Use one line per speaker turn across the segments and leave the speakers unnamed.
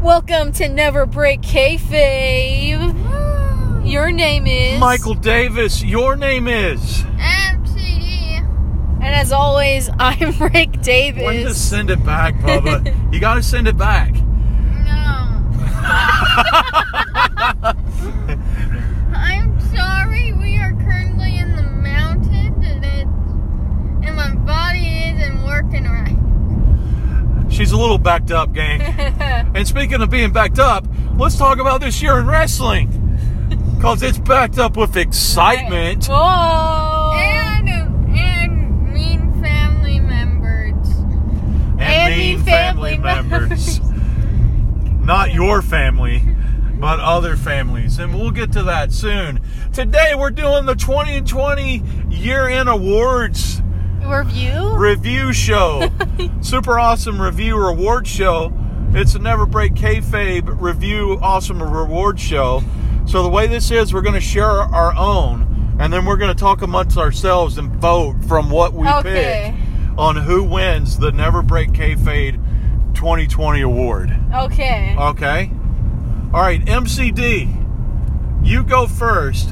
Welcome to Never Break Kayfabe. Your name is
Michael Davis, your name is.
MTD.
and as always, I'm Rick Davis.
When to send it back, Bubba? you gotta send it back.
No. I'm sorry. We are currently in the mountains and it's and my body isn't working right.
She's a little backed up, gang. And speaking of being backed up, let's talk about this year in wrestling. Cause it's backed up with excitement.
Whoa!
And and mean family members.
and mean family
Not your family, but other families. And we'll get to that soon. Today we're doing the 2020 Year in Awards
review.
review show. Super awesome review reward show. It's a Never Break Kayfabe review awesome reward show. So the way this is, we're going to share our own, and then we're going to talk amongst ourselves and vote from what we
Okay.
pick on who wins the Never Break Kayfabe 2020 award.
Okay.
Uh, Okay. All right, MCD, you go first.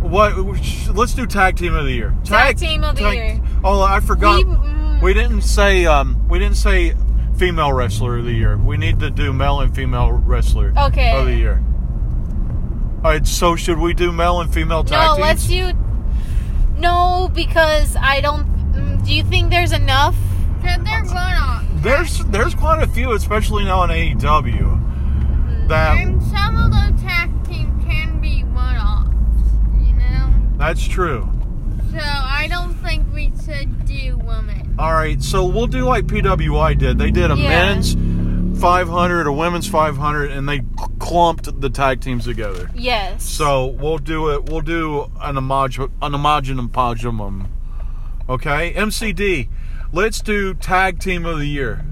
What? Let's do tag team of the year.
Tag team of the year.
Oh, I forgot.
We-
We,
mm.
didn't say. Um, we didn't say female wrestler of the year. We need to do male and female wrestler.
Okay.
Of Oh, the year. All right. So should we do male and female tag
no,
teams?
let's do. No, because I don't. mm, Do you think there's enough?
Cause they're going
There's there's quite a few, especially now in AEW. That
Mm-hmm.
And some of those tag teams can be one off. You know?
that's true.
So I don't think we should do women.
All right, so we'll do like PWI did. They did a
Yeah.
men's 500, a women's 500, and they clumped the tag teams together.
Yes.
So we'll do it. We'll do an homog an homogenum pogimum. Okay, MCD. Let's do tag team of the year.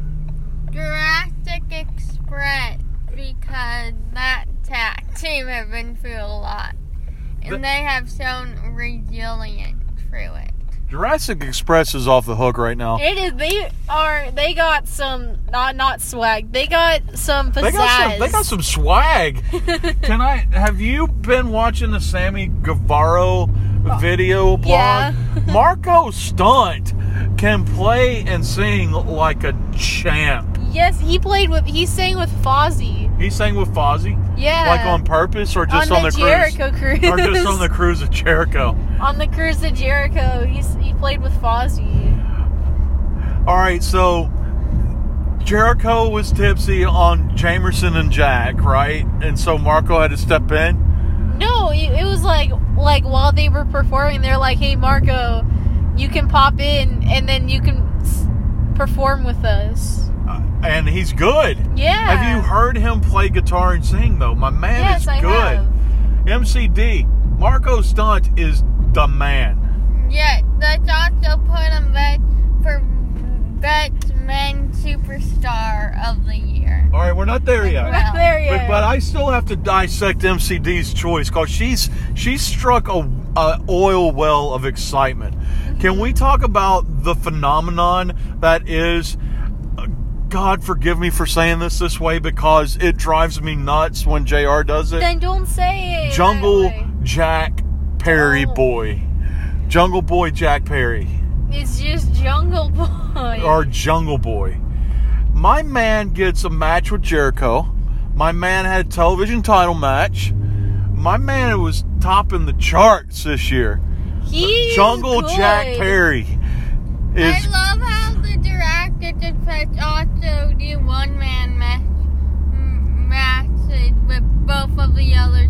Jurassic Express because that tag team have been through a lot.
Th-
And they have shown resilience through it.
Jurassic Express is off the hook right now.
It is. They are. They got some. Not not swag. They got some pizzazz.
They got some. They got some swag. Can I? Have you been watching the Sammy Guevara video blog?
Oh, Yeah.
Marco Stunt can play and sing like a champ.
Yes, he played with. He sang with Fozzy.
He sang with Fozzy,
Yeah.
like on purpose or just
On
on,
the
the,
Jericho
cruise,
cruise.
or just on the cruise of Jericho.
On the cruise to Jericho, he's, he played with Fozzy.
All right, so Jericho was tipsy on Jamerson and Jack, right? And so Marco had to step in.
No, it, it was like like while they were performing, they're like, "Hey, Marco, you can pop in, and then you can s- perform with us."
uh, And he's good.
Yeah.
Have you heard him play guitar and sing though? My man
Yes,
is
I
good.
have.
MCD Marco Stunt is the man.
Yeah, that's also put him back for Best Men Superstar of the Year.
All right, we're not there yet.
Right.
there you
But, but I still have to dissect MCD's choice because she's she struck a, a oil well of excitement. Can we talk about the phenomenon that is? uh, God forgive me for saying this this way because it drives me nuts when Jr. does it.
then don't say it. that
Jungle
way.
Jack Perry
Oh.
Boy. Jungle Boy Jack Perry.
It's just Jungle Boy.
Or Jungle Boy. My man gets a match with Jericho. My man had a television title match. My man was topping the charts this year.
he is
Jungle Jack
good.
Perry
I
is
love how the director just also do one man match, m- matches with both of the other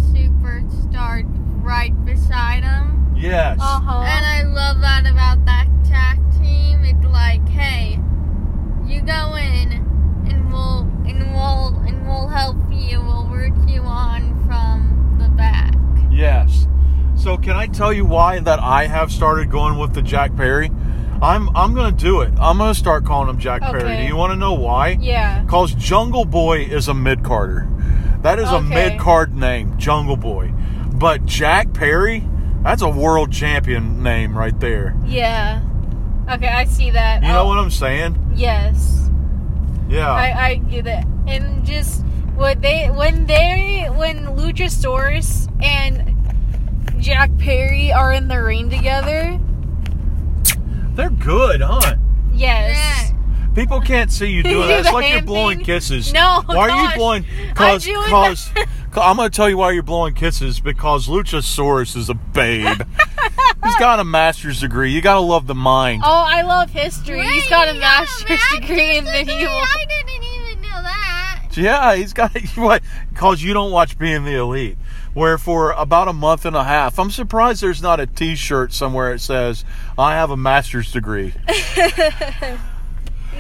superstars right beside him.
yes.
Uh-huh.
And I love that about that tag team. It's like, hey, you go in, and we'll and we'll and we'll help you. We'll root you on from the back.
Yes. So can I tell you why that I have started going with the Jack Perry? I'm I'm gonna do it. I'm gonna start calling him Jack Perry.
Okay.
Do you wanna know why?
yeah.
Cause Jungle Boy is a mid carder. That is a
Okay.
mid card name, Jungle Boy. But Jack Perry, that's a world champion name right there.
Yeah. Okay, I see that.
You know
Oh,
what I'm saying?
Yes.
Yeah.
I, I get it. And just what they when they when Luchasaurus and Jack Perry are in the ring together.
They're good, huh?
Yes.
People can't see you
You
doing
do
that. It's
the
like you're
hand
blowing
thing?
kisses.
No,
Why are
gosh.
you blowing?
I'm
Cause,
doing
cause, cause I'm gonna tell you why you're blowing kisses. Because Luchasaurus is a babe. He's got a master's degree. You gotta love the mind.
Oh, I love history. He's
Wait,
got a
you
master's degree in
master's degree?
medieval.
I didn't even know that.
Yeah, he's got what? Because you don't watch Being the Elite. Where for about a month and a half, I'm surprised there's not a T-shirt somewhere that says "I have a master's degree
He's
Him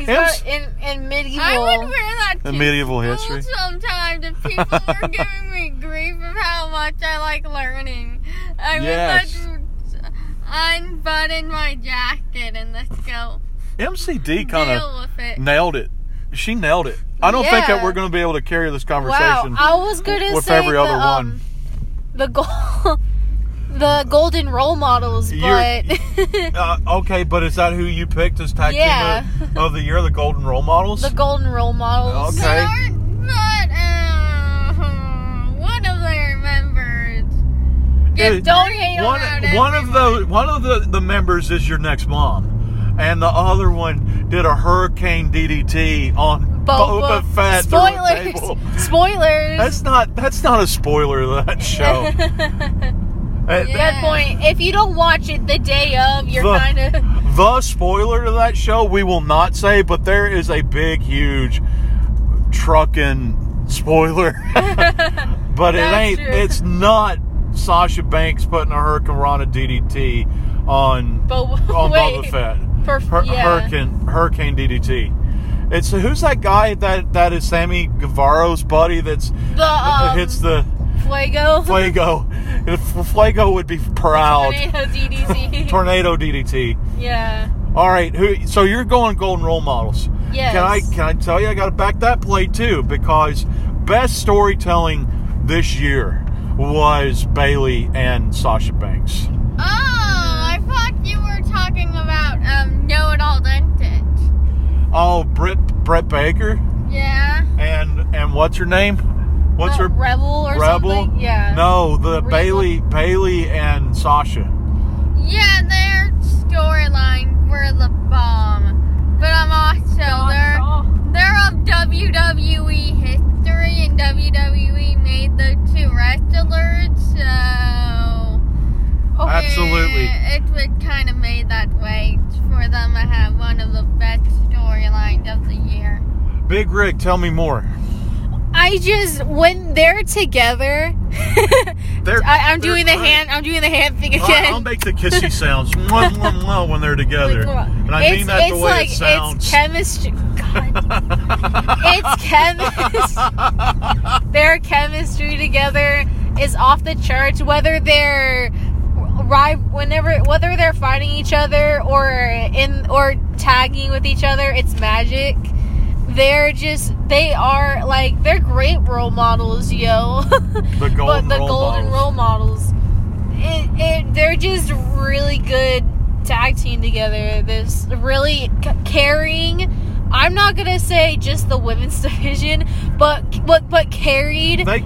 s-
got in, in medieval.
I would wear that
in
to
medieval
school
Oh,
history."
sometimes if people were giving me grief of how much I like learning. I
Yes.
would like unbutton my jacket and let's go
MCD kind of
deal with it.
nailed it. She nailed it. I don't think that
Yeah.
we're going to be able to carry this
wow,
conversation.
I was gonna
with
say
every
the,
other
um,
one.
the gold, the golden role models,
You're-
but
Uh, okay, but is that who you picked as tag
Yeah.
team of, of the year, the Golden Role Models?
the golden role models.
Okay.
But, but uh, one of their members.
Hey,
Don't hate on
one
around
one of
everyone.
the one of the, the members is your next mom, and the other one did a hurricane DDT on
Boba,
Boba, Fett. through a table.
Spoilers. Spoilers.
That's not that's not a spoiler of that show. Uh,
Yeah.
Good point. If you don't watch it the day of, you're
The-
kind of.
The spoiler to that show we will not say, but there is a big, huge trucking spoiler. but it
That's
ain't.
true.
It's not Sasha Banks putting a hurricane DDT on
But
on
wait.
Oh, Boba Fett.
per-
Hur-
yeah.
Hurricane Hurricane DDT. It's who's that guy that that is Sammy Guevaro's buddy that's
The um,
hits the
Fuego.
Flago. If Flago would be proud.
Tornado DDC.
Tornado DDT.
E yeah.
All right, who? So you're going golden role models.
Yes.
Can I can I tell you I got to back that play too because best storytelling this year was Bailey and Sasha Banks.
Oh, I thought you were talking about um, know it all dentist.
Oh, Britt Brett Baker
Yeah.
and and what's her name? What's
Uh,
her?
Rebel or
Rebel?
something? Yeah.
No, the
Reba?
Bailey Bailey and Sasha.
Yeah, their storyline were the bomb. But I'm also they're they're of WWE history and WWE made the two wrestlers, so
Oh,
Absolutely.
It, it was kind of made that way for them to have one of the best storylines of the year.
Big Rig, tell me more.
I just when they're together.
They're,
I, I'm
they're
doing the
great.
hand. I'm doing the hand thing
I-
again.
I'll make the kissy sounds mwah, mwah, mwah, when they're together, and I
it's,
mean that
it's
the way
like
it sounds.
it's chemistry. God, it's chemistry. Their chemistry together is off the charts. Whether they're ri- whenever whether they're fighting each other or in or tagging with each other, it's magic. They're just they are like they're great role models, yo.
the golden
but the
role
golden
models.
role models, it, it, they're just really good tag team together. This really c- carrying. I'm not gonna say just the women's division, but but but carried
They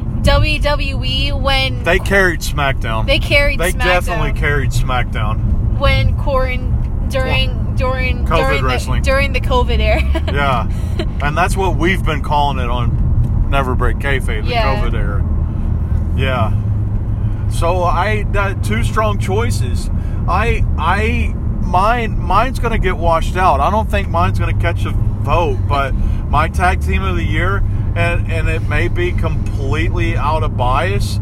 WWE when
they carried SmackDown.
they carried
They
SmackDown
definitely carried SmackDown.
when Corin during during
COVID
during
wrestling.
the, during the COVID era.
Yeah, and that's what we've been calling it on Never Break Kayfabe, the
Yeah.
COVID era. Yeah. So I that two strong choices. I I mine mine's gonna get washed out. I don't think mine's gonna catch a vote, but my tag team of the year, and and it may be completely out of bias,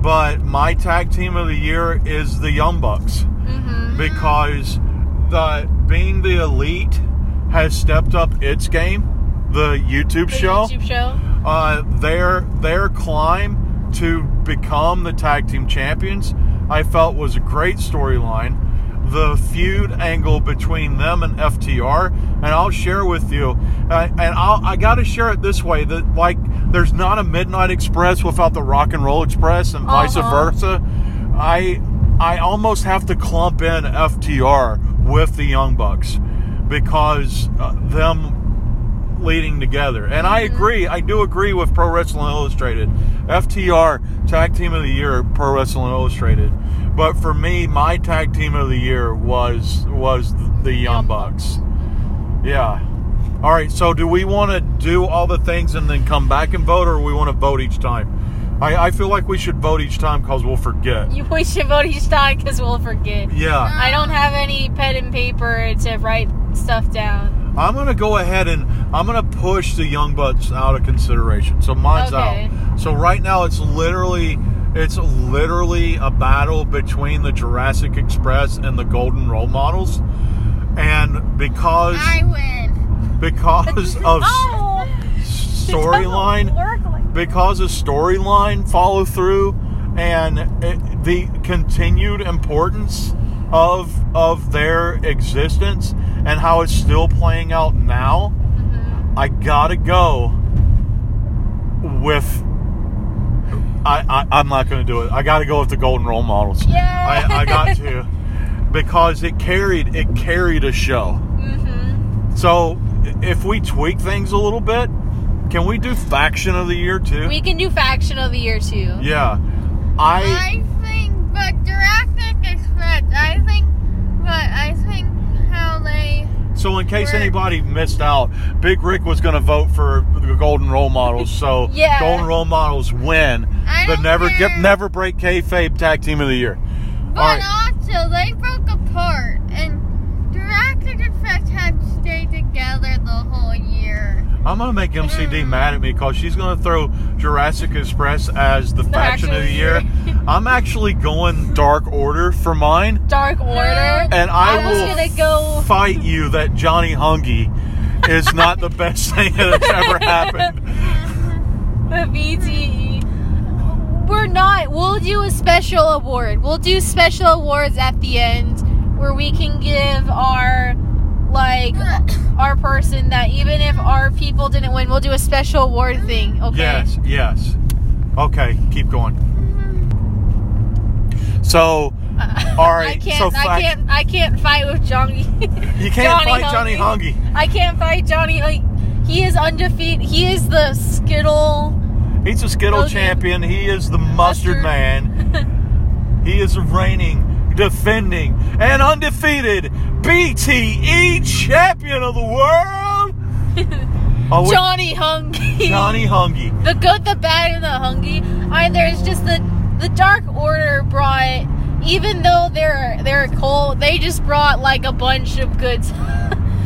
but my tag team of the year is the Young Bucks.
hmm
because the being the elite has stepped up its game. The YouTube
The
show,
YouTube show.
Uh, their their climb to become the tag team champions, I felt was a great storyline. The feud angle between them and FTR, and I'll share with you, uh, and I'll, I got to share it this way that like there's not a Midnight Express without the Rock and Roll Express, and vice
Uh-huh.
versa. Barca, I I almost have to clump in FTR with the Young Bucks because uh, them leading together. And I agree. I do agree with Pro Wrestling Illustrated. FTR Tag Team of the Year, Pro Wrestling Illustrated. But for me, my Tag Team of the Year was was the Young Bucks. Yeah. All right. So, do we want to do all the things and then come back and vote, or we want to vote each time? I, I feel like we should vote each time because we'll forget.
You we should vote each time because we'll forget.
Yeah.
I don't have any pen and paper to write stuff down.
I'm gonna go ahead and I'm gonna push the Young Bucks out of consideration. So mine's
Okay.
out. So right now it's literally it's literally a battle between the Jurassic Express and the Golden Role Models, and because
I win.
because of
Oh,
s- storyline because of storyline follow through and it, the continued importance of of their existence and how it's still playing out now i gotta go with I, I i'm not gonna do it i gotta go with the golden role models
Yay!
I, I got to because it carried it carried a show
hmm
so if we tweak things a little bit can we do faction of the year too
We can do faction of the year too.
Yeah. I
I think, but Jurassic Express. I think, but I think how they.
so in case
Rick.
anybody missed out, Big Rick was going to vote for the Golden Role Models. So
Yeah.
Golden Role Models win
I
the
don't
Never
care.
Get Never Break Kayfabe Tag Team of the Year.
But
Alright.
also, they broke apart, and Jurassic Express had to stay together the whole year.
I'm going to make MCD
Mm.
mad at me because she's going to throw Jurassic Express as the faction of the year. I'm actually going Dark Order for mine,
Dark Order.
and I,
I was
will
gonna go-
fight you that Johnny Hungy is not the best thing that's ever happened.
The VTE. We're not. We'll do a special award. We'll do special awards at the end where we can give our like our person that even if our people didn't win, we'll do a special award thing. Okay.
Yes, yes. Okay, keep going. So, all right.
I can't.
so
I
fact-
can't. I can't fight with Johnny.
You can't
Johnny
fight Johnny
Hungy.
Hungy.
I can't fight Johnny. Like he is undefeated. He is the Skittle.
He's a Skittle
Hungy.
champion. He is the mustard,
Mustard.
man. he is reigning, defending, and undefeated BTE champion of the world. oh, wait,
Johnny Hungy.
Johnny Hungy.
the good, the bad, and the hungry. And there's just the the Dark Order brought, even though they're they're a cult, they just brought like a bunch of goods.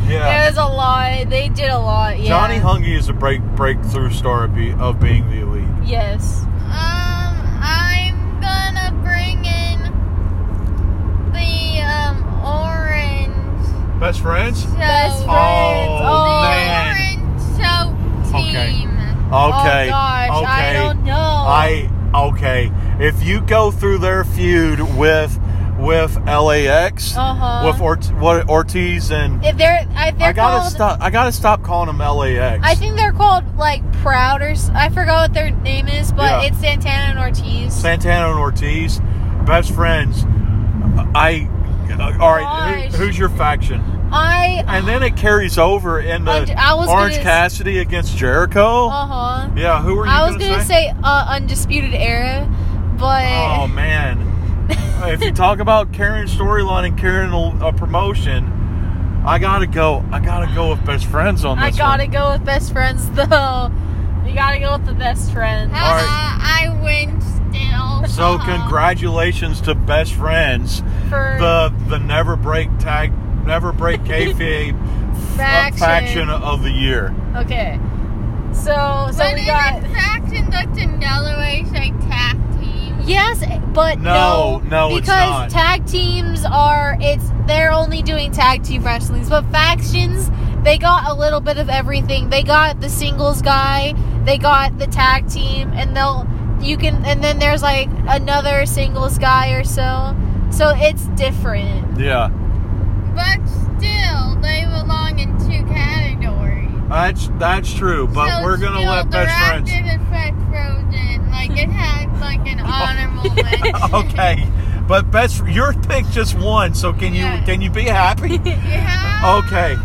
Yeah.
There's a lot. They did a lot. Yeah.
Johnny Hungy is a break breakthrough star of, be, of being the elite.
Yes.
Um, I'm gonna bring in the um orange.
Best friends.
So
Best friends.
Oh,
Oh,
the
man.
orange soap
Okay.
team.
Oh
Okay.
gosh,
okay.
I don't know.
I okay. If you go through their feud with with LAX,
Uh-huh.
with Ort, what Ortiz and
if they're I, they're
I gotta
called,
stop. I gotta stop calling them LAX.
I think they're called like Proud or s- I forgot what their name is, but
Yeah.
it's Santana and Ortiz.
Santana and Ortiz, best friends. I all right.
Gosh.
Who, who's your faction?
I
And then it carries over into
Und- I was
Orange
gonna s-
Cassidy against Jericho.
uh huh.
yeah, who were Oh. you?
I was
gonna
gonna say, uh, Undisputed Era, but
Oh man! if you talk about carrying storyline and carrying a, a promotion, I gotta go. I gotta go with best friends on
I
this.
gotta
one.
go with best friends though. You gotta go with the best friends.
Haha,
right.
Uh, I win still.
So congratulations to best friends,
For
the the never break tag, never break kayfabe
Faction.
faction of the year.
okay, so so
but
we
in
got
faction that's another way say tag team.
yes, but
No,
no,
no, it's
because
not.
tag teams are it's they're only doing tag team wrestlings, but factions they got a little bit of everything. They got the singles guy, they got the tag team, and they'll you can and then there's like another singles guy or so. So it's different.
Yeah,
But still they belong in two categories.
that's that's true. But
So
we're gonna
still,
let
the
best
rat
friends.
didn't fight Frozen. Like it had like an honorable mention.
okay, but best your pick just won. So can you
Yeah.
can you be happy?
Yeah.
Okay,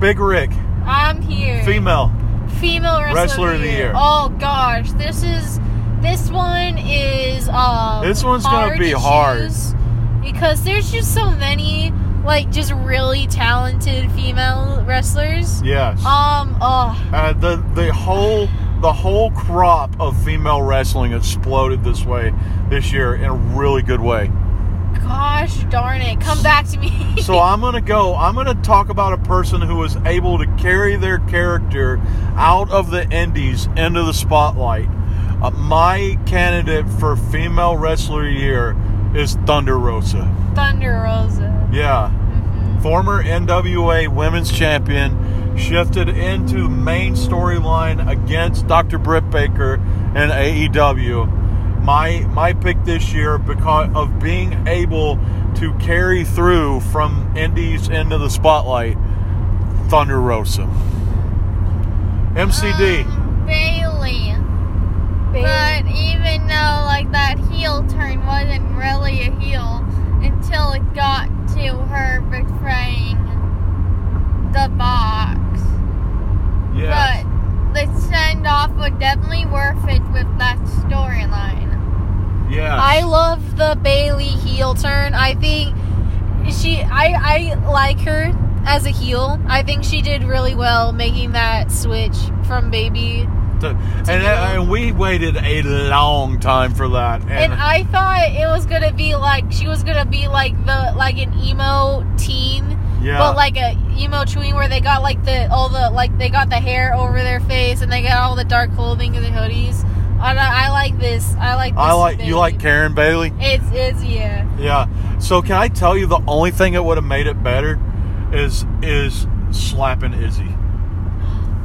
Big Rick.
I'm here.
Female.
Female wrestler,
Wrestler of the Year.
Oh gosh, this is this one is um.
This one's gonna be
to
hard.
choose because there's just so many like just really talented female wrestlers.
Yes.
Um. Oh.
Uh, the the whole the whole crop of female wrestling exploded this way this year in a really good way.
Gosh darn it! Come back to me.
So I'm gonna go. I'm gonna talk about a person who was able to carry their character out of the indies into the spotlight. Uh, my candidate for female wrestler of the year is Thunder Rosa.
Thunder Rosa.
Yeah.
Mhm.
former NWA Women's Champion, shifted into main storyline against Dr. Britt Baker and AEW. My my pick this year because of being able to carry through from indies into the spotlight, Thunder Rosa. MCD.
Um, Bailey.
Bailey.
But even though like that heel turn wasn't really a heel until it got to her betraying the box.
yeah.
But the send off was definitely worth it with that storyline.
yeah.
I love the Bailey heel turn. I think she I I like her as a heel. I think she did really well making that switch from baby.
and, and we waited a long time for that.
And uh, I thought it was going to be like she was going to be like the like an emo teen,
yeah.
but like a emo tween where they got like the all the like they got the hair over their face and they got all the dark clothing and the hoodies. And I, I like this. I like this
I like
Bailey.
you like Karen Bailey.
It's it's yeah.
Yeah. So can I tell you the only thing that would have made it better is is slapping Izzy.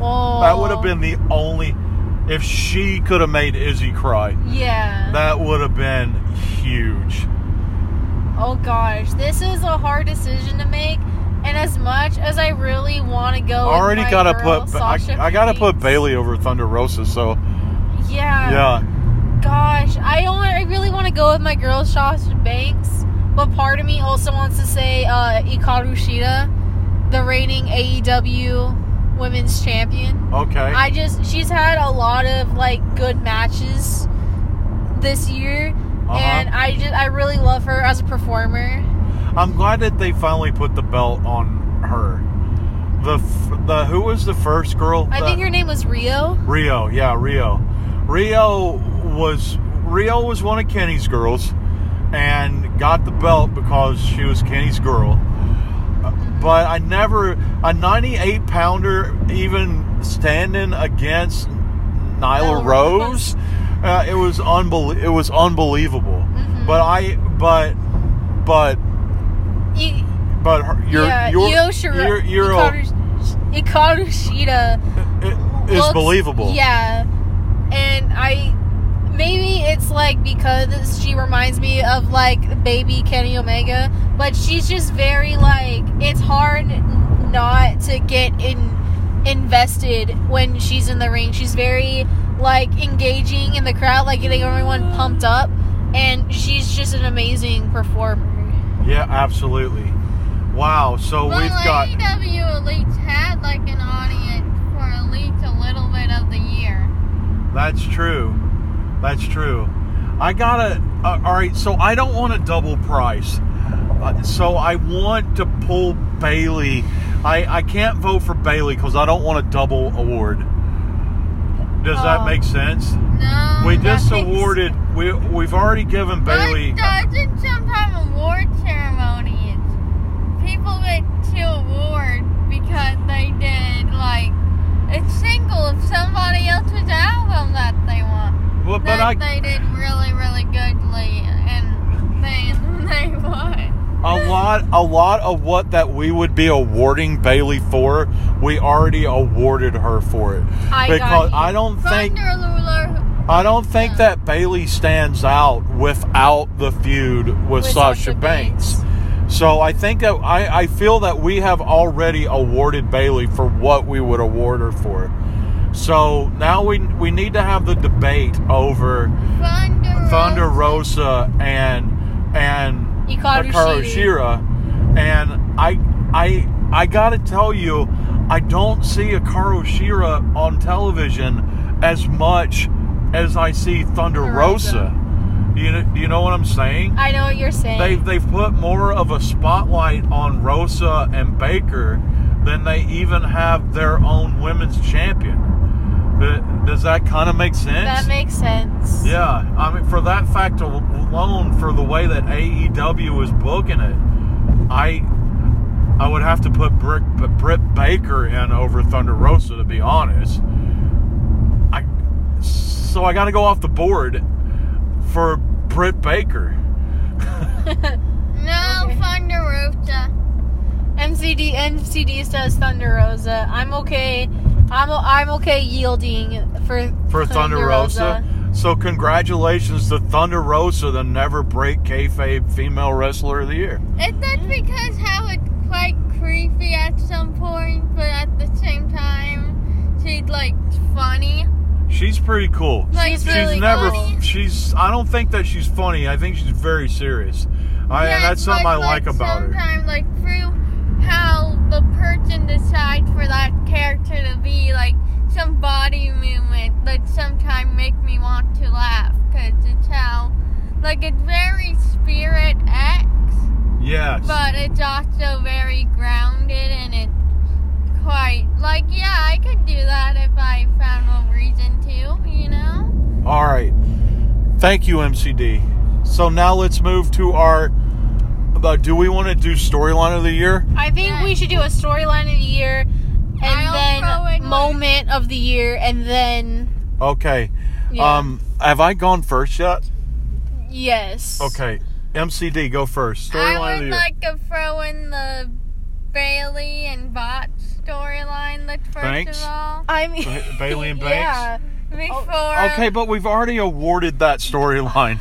Oh.
That would have been the only if she could have made Izzy cry.
yeah.
That would have been huge.
Oh gosh, this is a hard decision to make. And as much as I really want to go,
I
with
already
Oh, my
gotta
girl,
put
Sasha
I, I gotta put
Banks-
Bailey over Thunder Rosa. So
Yeah.
yeah,
Gosh, I don't. I really want to go with my girl Sasha Banks, but part of me also wants to say uh, Hikaru Shida, the reigning AEW Women's Champion.
okay.
I just she's had a lot of like good matches this year,
Uh-huh.
and I just I really love her as a performer.
I'm glad that they finally put the belt on her. The f- the who was the first girl?
I
that-
think her name was Rio.
Rio, yeah, Rio. Rio was Rio was one of Kenny's girls, and got the belt because she was Kenny's girl. But I never a 98 pounder even standing against Nyla
Nyla
Rose. Uh, it was unbel- It was unbelievable.
Mhm.
But I but but
You,
but her, your
yeah,
your
Io Shirai-
your, your
Hikaru, Hikaru Shida
it- is
looks-
believable.
Yeah, and I maybe it's like because she reminds me of like baby Kenny Omega, but she's just very like it's hard n- not to get in invested when she's in the ring. She's very like engaging in the crowd, like getting everyone pumped up, and she's just an amazing performer.
Yeah, absolutely. Wow. So
Well,
we've got
AEW Elite had like an audience for Elite a little bit of the year.
That's true. That's true. I gotta. Uh, all right. So I don't want to double price. Uh, so I want to pull Bailey. I I can't vote for Bailey because I don't want a double award. Does that
Oh.
make sense?
No.
we
that
just
makes-
awarded. We we've already given Bailey.
But doesn't sometimes award ceremonies people get two awards because they did like a single of somebody else's album that they won.
Well, but
that
I
they did really, really goodly and then they won.
a lot a lot of what that we would be awarding Bailey for, we already awarded her for it
I
because
got you.
I don't think.
Thunder Lula
I don't think that Bailey stands out without the feud with,
With Sasha
Sasha, Banks. So I think that I, I feel that we have already awarded Bailey for what we would award her for. So now we we need to have the debate over
Thunder
Thunder Rosa and and
Hikaru
Hikaru
Shida.
Shira, and I I I gotta tell you, I don't see Akaro Shira on television as much as I see Thunder Rosa.
Rosa.
You know, you know what I'm saying?
I know what you're saying.
They've they've put more of a spotlight on Rosa and Baker than they even have their own women's champion. Th- Does that kind of make sense?
that makes sense.
Yeah, I mean, for that fact alone, for the way that AEW is booking it, I I would have to put Brick, Britt Baker in over Thunder Rosa to be honest. I so I got to go off the board for Britt Baker.
No,
Okay.
Thunder Rosa.
MCD MCD says Thunder Rosa. I'm okay. I'm o- I'm okay yielding for
for Thunder, Rosa. So congratulations to Thunder Rosa, the never break kayfabe female wrestler of the year.
Is that because how it's quite creepy at some point, but at the same time, she's like funny?
She's pretty cool.
Like,
She's
She's
really
never.
cool.
She's. I don't think that she's funny. I think she's very serious. I, and that's something I like about her.
Sometimes, like through how the person decides for that character to be, like some body movement that sometimes make me want to laugh because it's how, like it's very spirit X,
Yes.
um, but it's also very grounded and it's quite like yeah, I could do that if I found a reason to, you know.
All right. Thank you, MCD. So now let's move to our. Uh, do we want to do storyline of the year?
I think
Yeah.
we should do a storyline of the year, and
I'll throw in
then
my-
moment of the year, and then
Okay.
yeah.
Um. Have I gone first yet?
yes.
Okay. MCD, go first.
I
Storyline of
would
the year.
like to throw in the Bailey and Bot storyline. That first
Thanks.
of all,
I mean
Ba- Bailey and Banks?
Yeah.
before
Okay, but we've already awarded that storyline.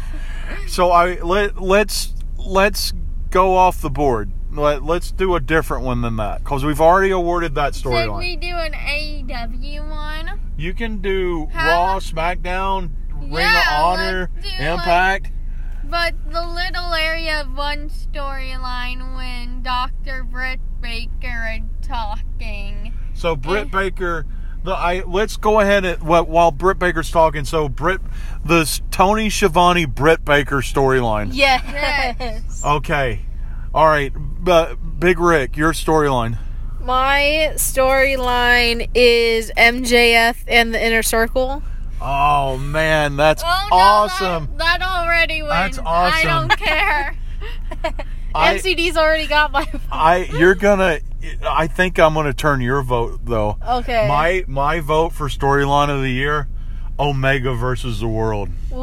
so I let let's let's go off the board. Let, let's do a different one than that because we've already awarded that
should
storyline.
we do an AEW one?
you can do
Huh?
Raw, SmackDown, Ring
Yeah,
of Honor,
let's do, like-
Impact.
But the little area of one storyline when Dr. Britt Baker is talking.
So Britt Baker, the I let's go ahead and wh- while Britt Baker's talking. So Britt, this Tony Schiavone Britt Baker storyline.
Yes.
Okay, all right, but Big Rick, your storyline.
My storyline is MJF and the Inner Circle.
Oh man, that's
Oh no,
awesome.
That, that already wins.
That's
I
awesome.
don't care.
I,
MCD's already got my
I you're gonna I think I'm gonna turn your vote though.
okay.
My my vote for storyline of the year, Omega versus the world.
Ooh.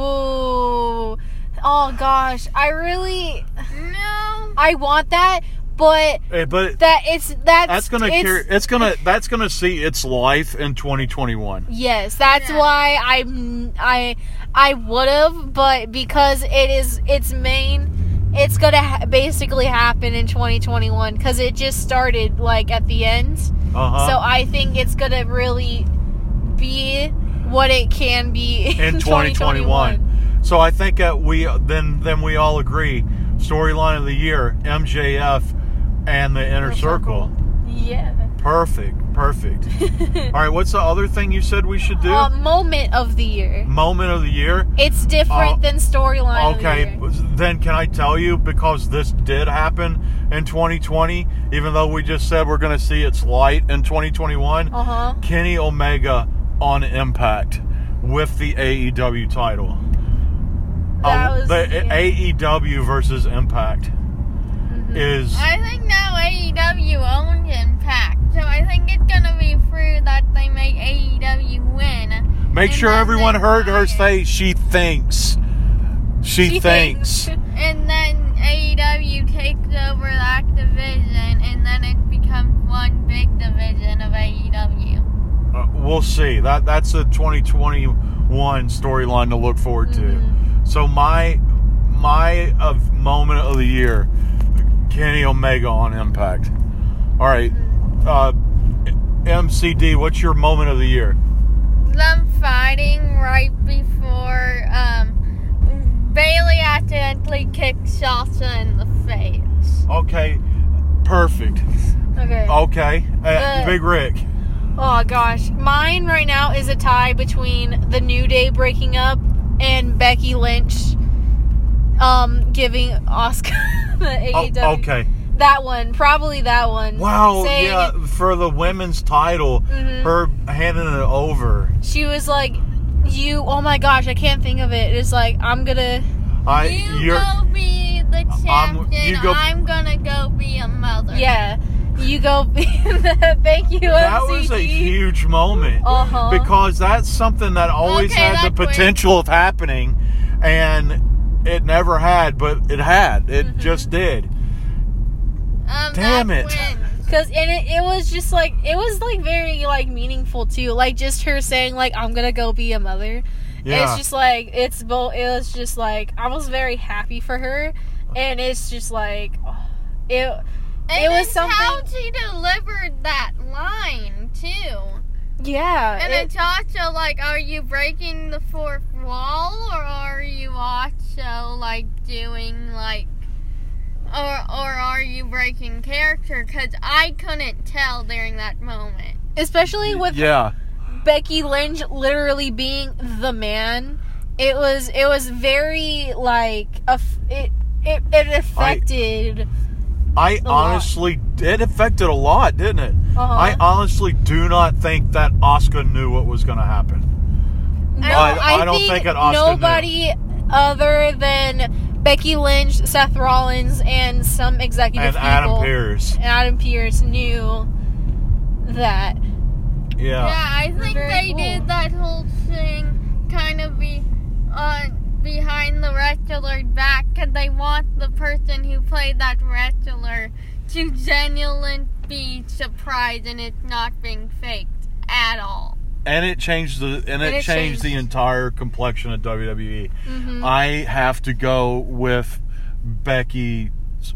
Oh gosh, I really
no.
I want that, but
Eh, But
that it's that's
that's gonna
it's,
carry, it's gonna that's gonna see its life in 2021.
Yes, that's
Yeah.
why I'm I I would have, but because it is its main, it's gonna ha- basically happen in 2021 because it just started like at the end.
Uh
So
huh.
I think it's gonna really be what it can be
in 2021. So I think that we then then we all agree storyline of the year MJF and the inner
Inner
circle.
Circle. Yeah.
Perfect, perfect. All right, what's the other thing you said we should do?
Uh, moment of the year.
Moment of the year.
It's different
Oh,
than storyline.
Okay,
Of the year.
then can I tell you because this did happen in 2020, even though we just said we're going to see its light in 2021?
Uh huh.
Kenny Omega on Impact with the AEW title.
That
Uh,
was-
the
yeah.
AEW versus Impact
Mm-hmm.
is
I think now AEW owns Impact, so I think it's gonna be true that they make AEW win.
Make
And
sure
then
everyone
they
heard her
buy it.
say she thinks. She, thinks.
And then AEW takes over that division, and then it becomes one big division of E AEW.
Uh, we'll see. That that's a 2021 storyline to look forward to. So my my of moment of the year, Kenny Omega on Impact. All right, uh, MCD, what's your moment of the year?
Them fighting right before um, Bailey accidentally kicked Sasha in the face.
Okay, perfect.
Okay.
Okay. Uh,
The-
Big Rick.
Oh gosh, mine right now is a tie between the New Day breaking up and Becky Lynch um giving Oscar the
Oh,
AEW.
okay.
That one, probably that one.
Wow.
Saying
yeah. For the women's title,
Mhm.
her handing it over.
she was like, "You, oh my gosh, I can't think of it." It's like I'm gonna.
I.
you
you're.
go be the
I'm-
champion.
you
I'm,
go-
gonna go be a mother.
Yeah, you go. be the- Thank you,
that was a
MCG.
huge moment
Uh-huh.
because that's something that always
Okay,
had the
that's weird.
potential of happening, and it never had, but it had. It
Mm-hmm.
just did.
Um,
Damn
that's
it.
when-
Cause and it, it was just like it was like very like meaningful too. Like just her saying like I'm gonna go be a mother.
Yeah.
It's just like it's both. It was just like I was very happy for her, and it's just like oh, it.
and
It was
it's How
something-
she delivered that line too.
Yeah.
And
it-
it's also like, are you breaking the fourth wall, or are you also like doing like, or or are you breaking character? Because I couldn't tell during that moment.
especially with
yeah.
Becky Lynch literally being the man. It was it was very like aff- it it, it affected.
I
a lot.
honestly, it affected a lot, didn't it?
Uh-huh.
I honestly do not think that Oscar knew what was going to happen.
No,
I- I don't think that Oscar knew.
nobody other than Becky Lynch, Seth Rollins, and some executive
and Adam
people,
Pierce.
and Adam Pierce knew that.
Yeah.
Yeah, I think
Very
they
cool.
did that whole thing kind of be uh, behind the wrestler's back, because they want the person who played that wrestler to genuinely be surprised, and it's not being faked at all.
And it changed the and, it,
it
changed, the
changed.
entire complexion of WWE.
Mhm.
I have to go with Becky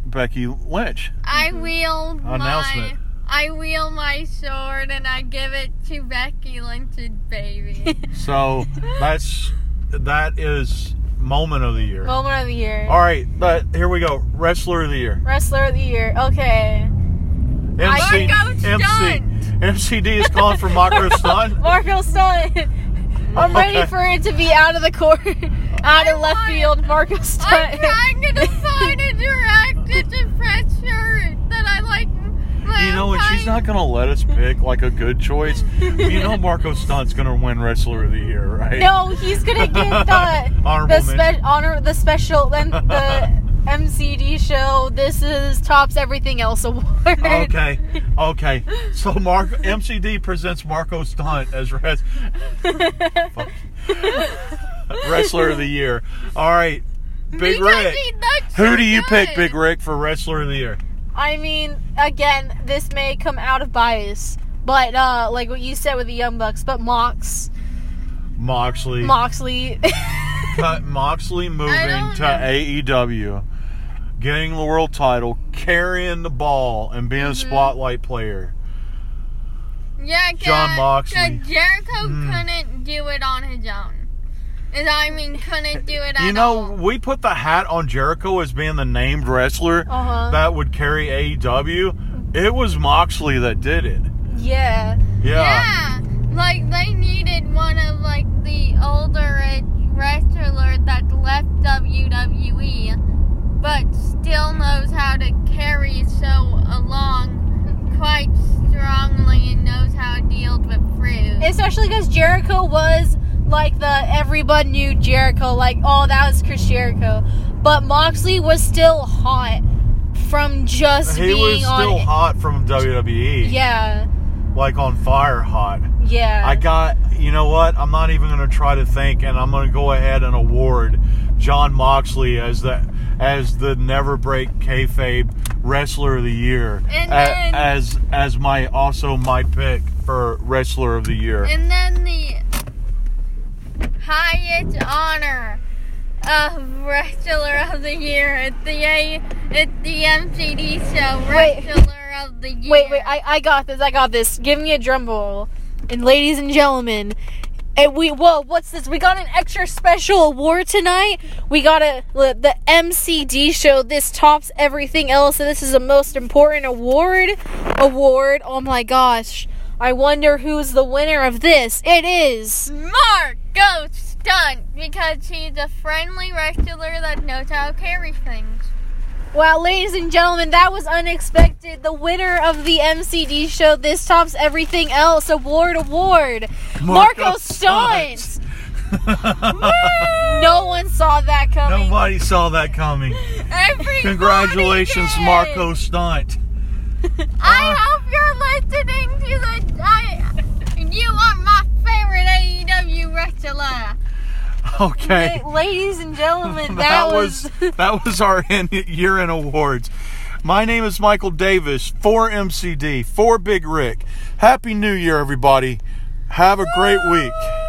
Becky Lynch.
I
Mm-hmm.
wield my
Announcement.
I wield my sword and I give it to Becky Lynch's baby.
So that's that is moment of the year.
Moment of the year,
All right, but here we go. Wrestler of the year.
wrestler of the year. Okay,
MC,
Marco Stunt.
MC MCD is calling for Marco Stunt.
Marco Stunt. I'm ready
Okay.
for it to be out of the court, out of left
want-
field. Marco
I'm
Stunt.
trying to define a direct it's a fresh shirt that I like.
You know, and she's not gonna let us pick like a good choice. You know, Marco Stunt's gonna win Wrestler of the Year, right?
No, he's gonna get the
Honorable
the spe-
mention.
honor the special then the MCD show. This is tops everything else award.
Okay, okay. So Mark MCD presents Marco Stunt as res- Fuck. Wrestler of the Year. All right, Big
Because
Rick.
he looks
Who
so
do you pick,
good.
Big Rick, for Wrestler of the Year?
I mean, again, this may come out of bias, but uh, like what you said with the Young Bucks, but Mox
Moxley.
Moxley.
Cut Moxley moving
I don't
to
know.
AEW, getting the world title, carrying the ball, and being a
Mm-hmm.
spotlight player.
Yeah,
John Moxley.
Cause Jericho
Mm.
couldn't do it on his own. And I mean, couldn't do it.
You
at
know,
all.
we put the hat on Jericho as being the named wrestler
Uh-huh.
that would carry AEW. It was Moxley that did it.
yeah,
Yeah.
Yeah, like they needed one of like the older wrestler that left WWE, but still knows how to carry so along quite strongly and knows how to deal with fruit.
especially because Jericho was like the everyone knew Jericho, like oh that was Chris Jericho, but Moxley was still hot from just
He
being
was still
on.
hot from WWE.
Yeah,
Like on fire hot.
yeah.
I got, you know what? I'm not even going to try to think, and I'm going to go ahead and award John Moxley as the as the Never Break Kayfabe Wrestler of the Year,
And
a-
then-
as as my also my pick for Wrestler of the Year.
And then the highest honor of wrestler of the year at the A at the MCD show
Wait.
wrestler of the year.
Wait, wait, I, I got this, I got this. Give me a drum roll. And ladies and gentlemen, And we well, what's this? We got an extra special award tonight. We got a the the MCD show. This tops everything else, and this is the most important award. Award. Oh my gosh! I wonder who's the winner of this. It is.
Marco Stunt because he's a friendly regular that knows how to carry things.
Well, ladies and gentlemen, that was unexpected. The winner of the MCD show, this tops everything else award award, Marco, Stunt. no one saw that coming.
Nobody saw that coming.
Everybody
Congratulations,
did.
Marco Stunt.
I hope you're listening to the. I, you are my favorite AEW wrestler.
Okay.
La- ladies and gentlemen, that, was,
that was our in, year in awards. My name is Michael Davis for MCD for Big Rick. Happy New Year, everybody. Have a great week.